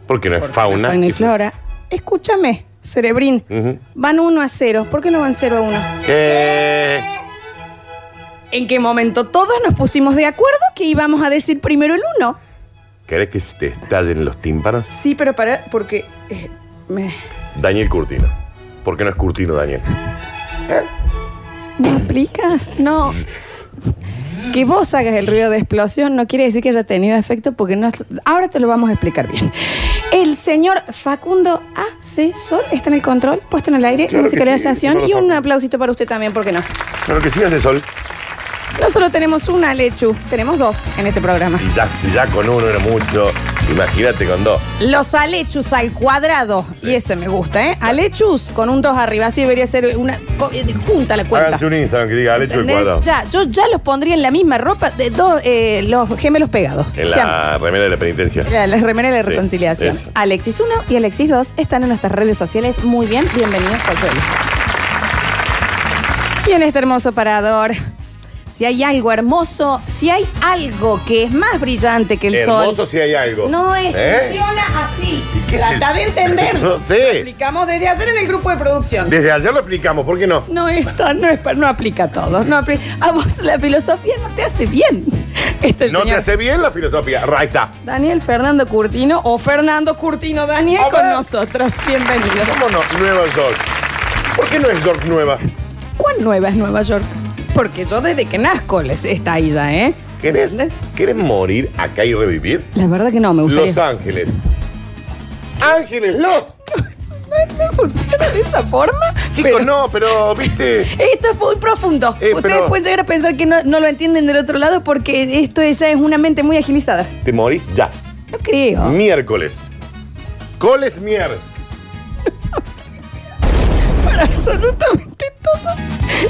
Speaker 2: ¿Por qué no es fauna?
Speaker 1: Fauna y flora. Escúchame, cerebrín.
Speaker 2: Ujú.
Speaker 1: Van 1 a 0. ¿Por qué no van 0 a 1?
Speaker 2: ¿Qué?
Speaker 1: ¿En qué momento todos nos pusimos de acuerdo que íbamos a decir primero el 1?
Speaker 2: ¿Querés que se te estallen los tímpanos?
Speaker 1: Sí, pero para. porque. eh, me,
Speaker 2: Daniel Curtino. ¿Por qué no es Curtino, Daniel?
Speaker 1: ¿Me explicas? No. Que vos hagas el ruido de explosión no quiere decir que haya tenido efecto porque no... Ahora te lo vamos a explicar bien. El señor Facundo A.C. Sol está en el control, puesto en el aire,
Speaker 2: Claro que
Speaker 1: musicalización
Speaker 2: sí,
Speaker 1: y un
Speaker 2: Facundo.
Speaker 1: aplausito para usted también, ¿por qué no?
Speaker 2: Claro que sí, hace sol.
Speaker 1: No solo tenemos una Lechu, tenemos dos en este programa.
Speaker 2: Y ya, si ya con uno era mucho, imagínate con dos.
Speaker 1: Los alechus al cuadrado. Y ese me gusta, ¿eh? Alechus con un 2 arriba. Así debería ser una. co- eh, Junta la cuenta.
Speaker 2: Háganse un Instagram que diga Alecho el
Speaker 1: ¿Entendés?
Speaker 2: cuadrado.
Speaker 1: Ya, yo ya los pondría en la misma ropa de dos, eh, los gemelos pegados.
Speaker 2: En
Speaker 1: Se aman.
Speaker 2: la remera de la penitencia.
Speaker 1: Ya, las remeras de
Speaker 2: Sí,
Speaker 1: reconciliación.
Speaker 2: eso.
Speaker 1: Alexis 1 y Alexis 2 están en nuestras redes sociales. Muy bien, bienvenidos cualquiera de los dos. Y en este hermoso parador, si hay algo hermoso, si hay algo que es más brillante que el
Speaker 2: Hermoso
Speaker 1: sol,
Speaker 2: si hay algo.
Speaker 1: no es,
Speaker 2: ¿Eh?
Speaker 1: funciona así.
Speaker 2: ¿Y qué es
Speaker 1: Trata
Speaker 2: el-
Speaker 1: de entenderlo.
Speaker 2: No sé.
Speaker 1: Lo explicamos desde ayer en el grupo de producción.
Speaker 2: Desde ayer lo explicamos, ¿por qué no?
Speaker 1: No, esto no, es, pa- no aplica a todos. No apli- a vos la filosofía no te hace bien. Este
Speaker 2: No te
Speaker 1: señor
Speaker 2: hace bien la filosofía. Raita.
Speaker 1: Daniel Fernando Curtino o Fernando Curtino Daniel
Speaker 2: A ver.
Speaker 1: con nosotros. Bienvenido.
Speaker 2: ¿Cómo no? Nueva York. ¿Por qué no es York nueva?
Speaker 1: ¿Cuán nueva es Nueva York? Porque yo desde que nazco les está ahí ya, ¿eh?
Speaker 2: ¿Querés,
Speaker 1: ¿Entendés?
Speaker 2: ¿Querés morir acá y revivir?
Speaker 1: La verdad que no, me
Speaker 2: Los
Speaker 1: gustaría.
Speaker 2: Ángeles. Ángeles, los.
Speaker 1: No funciona de esa forma.
Speaker 2: Chicos,
Speaker 1: pero-
Speaker 2: no, pero viste.
Speaker 1: Esto es muy profundo.
Speaker 2: Eh,
Speaker 1: Ustedes
Speaker 2: pero-
Speaker 1: pueden llegar a pensar que no, no lo entienden del otro lado porque esto ya es una mente muy agilizada.
Speaker 2: Te morís ya.
Speaker 1: No creo.
Speaker 2: Miércoles. Coles mier.
Speaker 1: para absolutamente todo.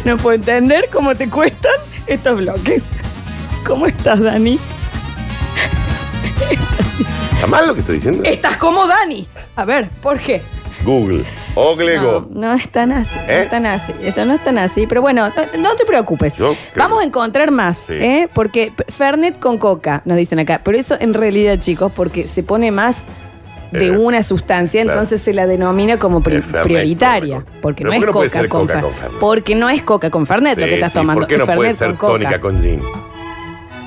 Speaker 1: No puedo entender cómo te cuestan estos bloques. ¿Cómo estás, Dani?
Speaker 2: ¿Está mal lo que estoy diciendo?
Speaker 1: Estás como Dani. A ver, ¿por qué?
Speaker 2: Google. Oglego.
Speaker 1: No, no es tan así,
Speaker 2: ¿Eh?
Speaker 1: no es tan así, esto no es tan así, pero bueno, no, no te preocupes.
Speaker 2: Yo creo.
Speaker 1: Vamos a encontrar más,
Speaker 2: Sí.
Speaker 1: ¿eh? Porque p- Fernet con coca, nos dicen acá, pero eso en realidad, chicos, porque se pone más de
Speaker 2: Eh,
Speaker 1: una sustancia,
Speaker 2: claro.
Speaker 1: entonces se la denomina como pri-
Speaker 2: Eh, Fernet
Speaker 1: prioritaria,
Speaker 2: con coca.
Speaker 1: porque no,
Speaker 2: Pero ¿por
Speaker 1: es
Speaker 2: qué
Speaker 1: coca
Speaker 2: no puede ser
Speaker 1: con,
Speaker 2: coca
Speaker 1: Fer-
Speaker 2: con Fernet?
Speaker 1: Porque no es coca con Fernet lo que
Speaker 2: Sí,
Speaker 1: estás
Speaker 2: sí,
Speaker 1: tomando,
Speaker 2: ¿Por qué no
Speaker 1: es Fernet
Speaker 2: puede ser
Speaker 1: con coca.
Speaker 2: tónica con gin?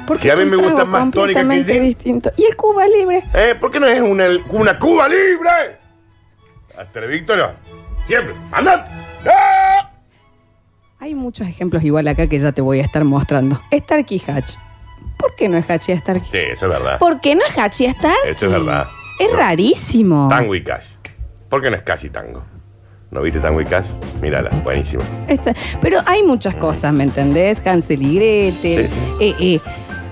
Speaker 1: Porque
Speaker 2: Si a
Speaker 1: es
Speaker 2: mí
Speaker 1: un
Speaker 2: me gusta
Speaker 1: trago
Speaker 2: más tónica que
Speaker 1: completamente
Speaker 2: gin.
Speaker 1: distinto. Y el Cuba Libre,
Speaker 2: ¿Eh? ¿Por qué no es una, una Cuba libre? Hasta el Víctor. Siempre. ¡Andate! ¡Ah!
Speaker 1: Hay muchos ejemplos igual acá que ya te voy a estar mostrando. Starkey Hatch. ¿Por qué no es Hatch y Starkey?
Speaker 2: Sí, eso es verdad.
Speaker 1: ¿Por qué no es Hachi Starkey?
Speaker 2: Eso Ah. es verdad.
Speaker 1: Es
Speaker 2: Yo-
Speaker 1: rarísimo.
Speaker 2: Tango y cash. ¿Por qué no es cash y tango? ¿No viste tango y cash? Mírala, buenísima.
Speaker 1: Esta- pero hay muchas cosas, ¿me entendés? Hansel y Gretel.
Speaker 2: Mm. Sí, sí.
Speaker 1: Eh, eh,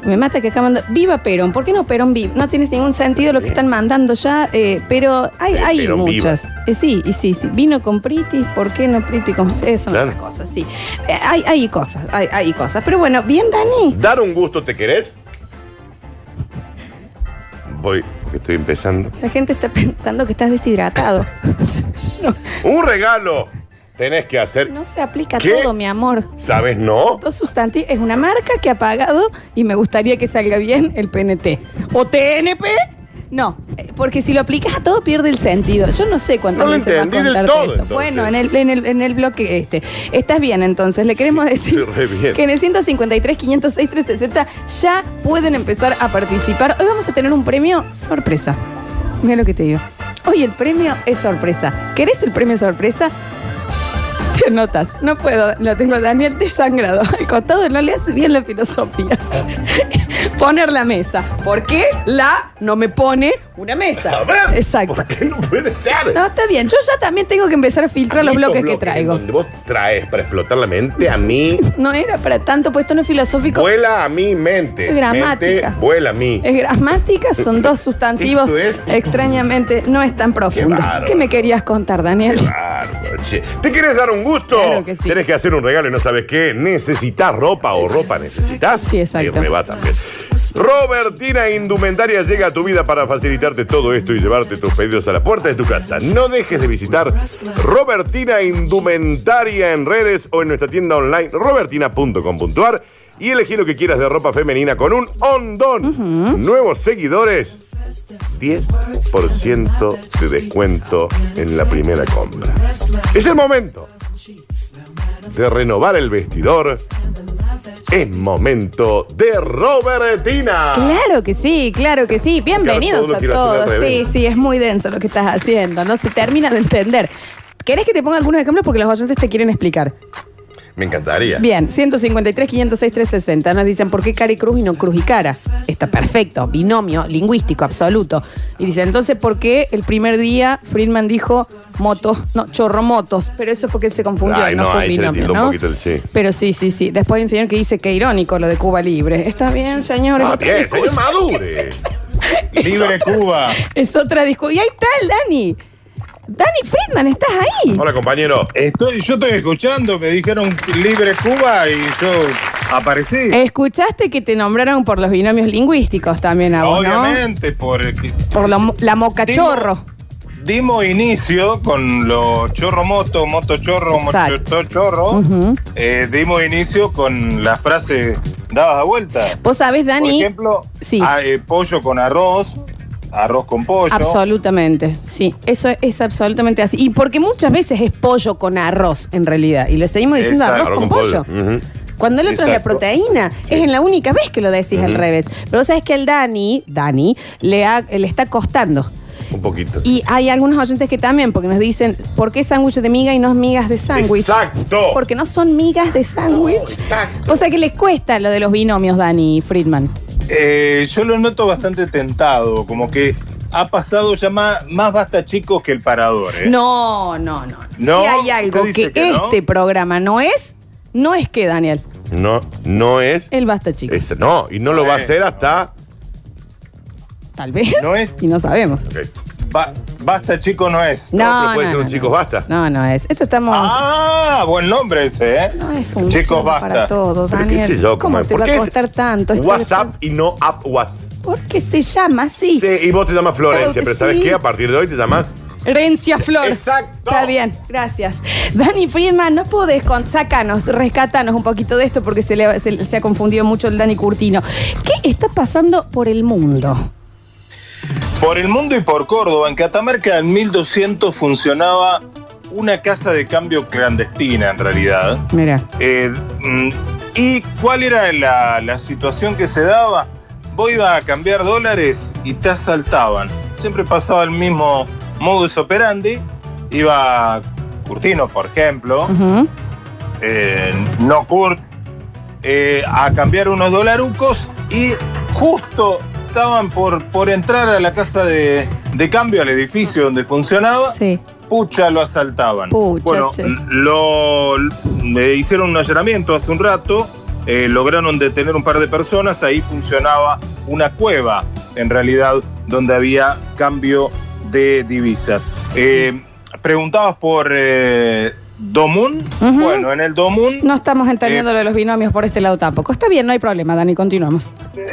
Speaker 1: Me mata que acá manda. Viva Perón. ¿Por qué no Perón viva? No tienes ningún sentido lo que están mandando ya, eh, pero hay,
Speaker 2: Sí,
Speaker 1: hay
Speaker 2: Perón
Speaker 1: muchas. Eh, sí, y sí, sí. Vino con Priti, ¿por qué no Priti con.? Eso son
Speaker 2: Claro.
Speaker 1: otras cosas, sí. Eh, hay, hay cosas, hay, hay cosas. Pero bueno, bien, Dani.
Speaker 2: ¿Dar un gusto te querés? Voy, porque estoy empezando.
Speaker 1: La gente está pensando que estás deshidratado. no,
Speaker 2: Un regalo tenés que hacer.
Speaker 1: no se aplica
Speaker 2: ¿Qué?
Speaker 1: todo, mi amor.
Speaker 2: ¿Sabes no?
Speaker 1: Dos sustantivos. Es una marca que ha pagado y me gustaría que salga bien el PNT. ¿O TNP? No, eh, porque si lo aplicas a todo pierde el sentido. Yo no sé cuántas
Speaker 2: No lo
Speaker 1: veces va a
Speaker 2: entendí del
Speaker 1: contarte
Speaker 2: todo,
Speaker 1: esto.
Speaker 2: entonces.
Speaker 1: Bueno, en el, en, el, en el bloque este. Estás bien, entonces. Le queremos decir
Speaker 2: estoy re bien.
Speaker 1: que en el 153, 506, 360 ya pueden empezar a participar. Hoy vamos a tener un premio sorpresa. Mira lo que te digo. Hoy el premio es sorpresa. ¿Querés el premio sorpresa? Te notas, no puedo, lo tengo a Daniel desangrado. Al costado no le hace bien la filosofía. Poner la mesa. ¿Por qué la no me pone Una mesa.
Speaker 2: A ver.
Speaker 1: Exacto.
Speaker 2: ¿Por qué no puede ser?
Speaker 1: No, está bien. Yo ya también tengo que empezar a filtrar los
Speaker 2: Estos
Speaker 1: bloques, que traigo.
Speaker 2: Donde vos traes para explotar la mente, a mí
Speaker 1: No era para tanto, pues esto no es filosófico.
Speaker 2: vuela a mi mente.
Speaker 1: Es gramática.
Speaker 2: Mente, vuela a mí.
Speaker 1: Es gramática, son dos sustantivos.
Speaker 2: Esto es-
Speaker 1: Extrañamente, no es tan profundo.
Speaker 2: bárbaro.
Speaker 1: ¿Qué me querías contar, Daniel?
Speaker 2: Bárbaro, che. ¿Te quieres dar un gusto?
Speaker 1: Claro que sí.
Speaker 2: Tienes que hacer un regalo y no sabes qué. ¿Necesitas ropa o ropa necesitas?
Speaker 1: Sí, exacto.
Speaker 2: Y reba también. Robertina Indumentaria llega a tu vida para facilitarte todo esto y llevarte tus pedidos a la puerta de tu casa. No dejes de visitar Robertina Indumentaria en redes o en nuestra tienda online robertina.com.ar y elegí lo que quieras de ropa femenina con un ondón. Nuevos seguidores. 10% de descuento en la primera compra. Es el momento de renovar el vestidor. Es momento de Robertina.
Speaker 1: Claro que sí, claro que sí. Bienvenidos
Speaker 2: Ah. todo lo
Speaker 1: a
Speaker 2: quiero hacer al
Speaker 1: todos. Sí,
Speaker 2: revés.
Speaker 1: sí, es muy denso lo que estás haciendo. No se termina de entender. ¿Querés que te ponga algunos ejemplos? Porque los oyentes te quieren explicar.
Speaker 2: Me encantaría.
Speaker 1: Bien, 153, 506, 360. Nos dicen, ¿por qué cara y cruz y no cruz y cara? Está perfecto, binomio, lingüístico, absoluto. Y dicen, entonces, ¿por qué el primer día Friedman dijo motos, no, chorromotos? Pero eso es porque él se confundió,
Speaker 2: Ay,
Speaker 1: no,
Speaker 2: no,
Speaker 1: fue un
Speaker 2: ahí se le
Speaker 1: binomio,
Speaker 2: tildó un
Speaker 1: ¿no?
Speaker 2: poquito el sí.
Speaker 1: Pero sí, sí, sí. Después hay un señor que dice que irónico lo de Cuba Libre. Está bien, señores.
Speaker 2: Ah,
Speaker 1: otra
Speaker 2: bien, señor
Speaker 1: discusión.
Speaker 2: Madure.
Speaker 3: Libre Cuba.
Speaker 1: Es otra discusión. Y ahí está el Dani. Dani Friedman, estás ahí.
Speaker 2: Hola, compañero.
Speaker 3: Estoy, yo estoy escuchando, me dijeron Libre Cuba y yo aparecí.
Speaker 1: Eh, Escuchaste que te nombraron por los binomios lingüísticos también a vos, ¿no?
Speaker 3: Obviamente, por,
Speaker 1: Por la mo- la mocachorro.
Speaker 3: Dimos inicio con los chorro moto, moto chorro,
Speaker 1: Exacto.
Speaker 3: moto chorro.
Speaker 1: Ujú.
Speaker 3: Eh, dimos inicio con la frase dadas a vuelta.
Speaker 1: Vos sabés, Dani.
Speaker 3: Por ejemplo,
Speaker 1: sí.
Speaker 3: ah, eh, pollo con arroz, arroz con pollo.
Speaker 1: Absolutamente, sí. Eso es absolutamente así. Y porque muchas veces es pollo con arroz, en realidad. Y le seguimos diciendo
Speaker 3: Exacto.
Speaker 1: arroz con, pollo.
Speaker 2: Ujú.
Speaker 1: Cuando el otro es la
Speaker 3: Exacto.
Speaker 1: proteína, es en la única vez que lo decís al
Speaker 2: Ujú.
Speaker 1: revés. Pero vos sabés que al Dani, Dani, le, ha- le está costando.
Speaker 2: Un poquito.
Speaker 1: Y hay algunos oyentes que también, porque nos dicen, ¿por qué sándwich de miga y no migas de sándwich?
Speaker 2: Exacto.
Speaker 1: Porque no son migas de
Speaker 2: No,
Speaker 1: sándwich.
Speaker 2: exacto.
Speaker 1: O sea que les cuesta lo de los binomios, Dani Friedman.
Speaker 3: Eh, yo lo noto bastante tentado, como que ha pasado ya más, más basta chicos que el parador. ¿eh?
Speaker 1: No, no, no.
Speaker 3: No,
Speaker 1: si hay algo
Speaker 3: usted
Speaker 1: que,
Speaker 3: dice que no.
Speaker 1: este programa no es, no es que Daniel.
Speaker 2: No, no es,
Speaker 1: Él basta, chico.
Speaker 2: es- No, y no lo
Speaker 3: Eh.
Speaker 2: va a hacer hasta.
Speaker 1: Tal vez.
Speaker 3: No es-
Speaker 1: Y no sabemos.
Speaker 2: Ok.
Speaker 3: Ba- basta chicos no es.
Speaker 1: No,
Speaker 2: No, pero puede
Speaker 1: no,
Speaker 2: ser un
Speaker 1: no,
Speaker 2: Chicos
Speaker 1: no.
Speaker 2: Basta.
Speaker 1: No, no es. Esto estamos.
Speaker 3: Ah, buen nombre ese, ¿eh?
Speaker 1: no es función
Speaker 3: Chicos,
Speaker 1: para
Speaker 3: basta.
Speaker 1: todo,
Speaker 2: Pero qué
Speaker 1: Daniel.
Speaker 2: sé yo,
Speaker 1: ¿Cómo
Speaker 2: comadre,
Speaker 1: te
Speaker 2: ¿por
Speaker 1: va
Speaker 2: qué
Speaker 1: a
Speaker 2: es
Speaker 1: costar tanto? este Esto
Speaker 2: WhatsApp
Speaker 1: después-
Speaker 2: y no App WhatsApp.
Speaker 1: Porque se llama así.
Speaker 2: Sí, y vos te llamas Florencia,
Speaker 1: Claro que
Speaker 2: pero ¿sabes
Speaker 1: sí.
Speaker 2: qué? A partir de hoy te llamas.
Speaker 1: Herencia Flor.
Speaker 2: Exacto.
Speaker 1: Está bien, gracias. Dani Friedman, no podés con... Sácanos, rescatanos un poquito de esto porque se, le, se, se ha confundido mucho el Dani Curtino. ¿Qué está pasando por el mundo?
Speaker 3: Por el mundo y por Córdoba, en Catamarca en 1200 funcionaba una casa de cambio clandestina en realidad.
Speaker 1: Mira.
Speaker 3: Eh, mm, ¿Y cuál era la, la situación que se daba? Vos ibas a cambiar dólares y te asaltaban. Siempre pasaba el mismo modus operandi. Iba Curtino, por ejemplo,
Speaker 1: Ujú.
Speaker 3: eh, no Kurt, eh, a cambiar unos dolarucos y justo estaban por, por entrar a la casa de, de cambio, al edificio donde funcionaba.
Speaker 1: Sí.
Speaker 3: Pucha, lo asaltaban.
Speaker 1: Pucha,
Speaker 3: bueno,
Speaker 1: che.
Speaker 3: l- lo le hicieron un allanamiento hace un rato, eh, lograron detener un par de personas, ahí funcionaba una cueva, en realidad, donde había cambio de divisas. Eh, preguntabas por eh, Domun,
Speaker 1: Ujú.
Speaker 3: bueno, en el Domun
Speaker 1: No estamos entendiendo lo de los binomios por este lado tampoco. Está bien, no hay problema, Dani, continuamos.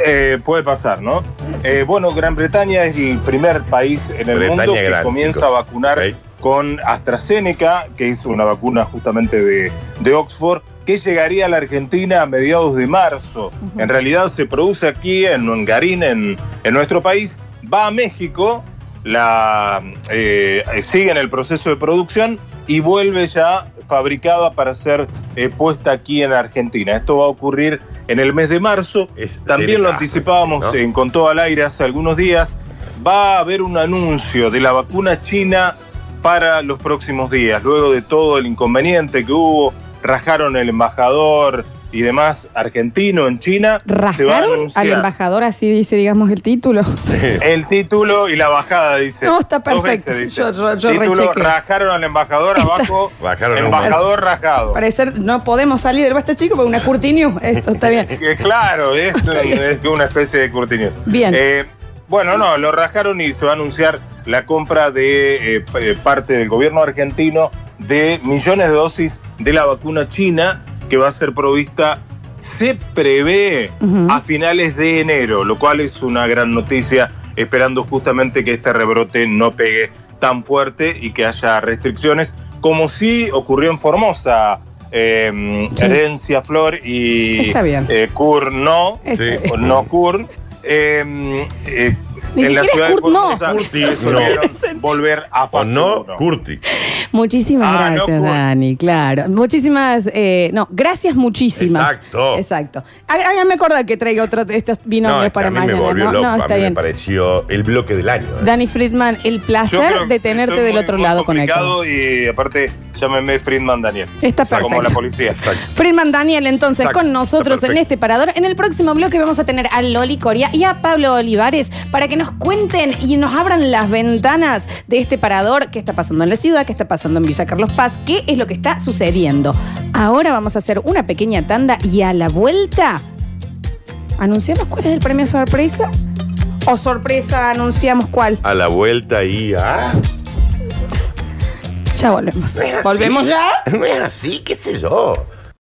Speaker 3: eh, puede pasar, ¿no? Eh, bueno, Gran Bretaña es el primer país en el
Speaker 2: Bretaña
Speaker 3: mundo que
Speaker 2: grande,
Speaker 3: comienza
Speaker 2: chicos.
Speaker 3: a vacunar
Speaker 2: Ok.
Speaker 3: con AstraZeneca, que es una vacuna justamente de, de Oxford, que llegaría a la Argentina a mediados de marzo. En realidad se produce aquí en Hongarín, en, en nuestro país, va a México, la, eh, sigue en el proceso de producción y vuelve ya fabricada para ser eh, puesta aquí en Argentina. Esto va a ocurrir en el mes de marzo.
Speaker 2: Es-
Speaker 3: También lo
Speaker 2: sí,
Speaker 3: anticipábamos
Speaker 2: ¿no?
Speaker 3: en Con todo al aire hace algunos días. Va a haber un anuncio de la vacuna china para los próximos días. Luego de todo el inconveniente que hubo, rajaron el embajador, y demás argentino en China. se va a
Speaker 1: Rasgaron
Speaker 3: anunciar
Speaker 1: al embajador, así dice, digamos, el título.
Speaker 3: El título y la bajada, dice.
Speaker 1: No, está
Speaker 3: Dos veces,
Speaker 1: perfecto.
Speaker 3: dice.
Speaker 1: Yo- yo- yo
Speaker 3: título,
Speaker 1: rechequeo.
Speaker 3: rajaron al embajador abajo.
Speaker 2: Rajaron al
Speaker 3: embajador rasgado.
Speaker 1: Parecer, no podemos salir del basta chico porque una curtiniu. Esto está bien.
Speaker 3: Que Eh, claro, es, un- es una especie de cortinés.
Speaker 1: Bien.
Speaker 3: Eh, bueno, no, lo rajaron y se va a anunciar la compra de eh, p- eh, parte del gobierno argentino de millones de dosis de la vacuna china que va a ser provista, se prevé,
Speaker 1: Ujú.
Speaker 3: a finales de enero, lo cual es una gran noticia, esperando justamente que este rebrote no pegue tan fuerte y que haya restricciones, como sí ocurrió en Formosa. eh,
Speaker 1: Sí.
Speaker 3: Herencia Flor y
Speaker 1: Está bien.
Speaker 3: eh, Kur no,
Speaker 1: Está
Speaker 2: Sí.
Speaker 1: bien.
Speaker 3: o no Kurn, eh, eh,
Speaker 1: eh. Ni
Speaker 3: en la
Speaker 1: siquiera es
Speaker 3: ciudad
Speaker 1: Kurt,
Speaker 3: de
Speaker 1: no.
Speaker 3: Formosa
Speaker 2: Kurti,
Speaker 3: resolvieron volver a
Speaker 2: O
Speaker 3: fase
Speaker 2: no,
Speaker 3: uno.
Speaker 2: Curti.
Speaker 1: Muchísimas
Speaker 3: Ah, no,
Speaker 1: gracias,
Speaker 3: cur-
Speaker 1: Dani, claro. Muchísimas, eh, no, gracias muchísimas.
Speaker 2: Exacto.
Speaker 1: Exacto. Há- Háganme acordar que traiga otro de estos binomios
Speaker 2: No, es que
Speaker 1: para
Speaker 2: a mí
Speaker 1: mañana.
Speaker 2: me volvió
Speaker 1: ¿no?
Speaker 2: loco.
Speaker 1: no,
Speaker 2: a
Speaker 1: está
Speaker 2: mí me
Speaker 1: bien.
Speaker 2: pareció el bloque del año. ¿eh?
Speaker 1: Dani Friedman, el
Speaker 3: Yo creo
Speaker 1: placer
Speaker 3: que
Speaker 1: de tenerte
Speaker 3: estoy
Speaker 1: del
Speaker 3: muy-
Speaker 1: otro
Speaker 3: muy
Speaker 1: lado
Speaker 3: complicado
Speaker 1: conectado.
Speaker 3: Y aparte, llámeme Friedman Daniel.
Speaker 1: Está
Speaker 3: O sea, Como la
Speaker 1: perfecto.
Speaker 3: policía.
Speaker 2: Exacto.
Speaker 1: Friedman Daniel, entonces,
Speaker 2: Exacto,
Speaker 1: con nosotros
Speaker 2: está
Speaker 1: en
Speaker 2: perfecto.
Speaker 1: este parador. En el próximo bloque vamos a tener a Loli Coria y a Pablo Olivares para que nos cuenten y nos abran las ventanas de este parador, qué está pasando en la ciudad, qué está pasando en Villa Carlos Paz, qué es lo que está sucediendo. Ahora vamos a hacer una pequeña tanda y a la vuelta anunciamos cuál es el premio sorpresa. O sorpresa, anunciamos cuál.
Speaker 2: A la vuelta y a.
Speaker 1: Ya volvemos. ¿Volvemos ya?
Speaker 2: No es así, qué sé yo.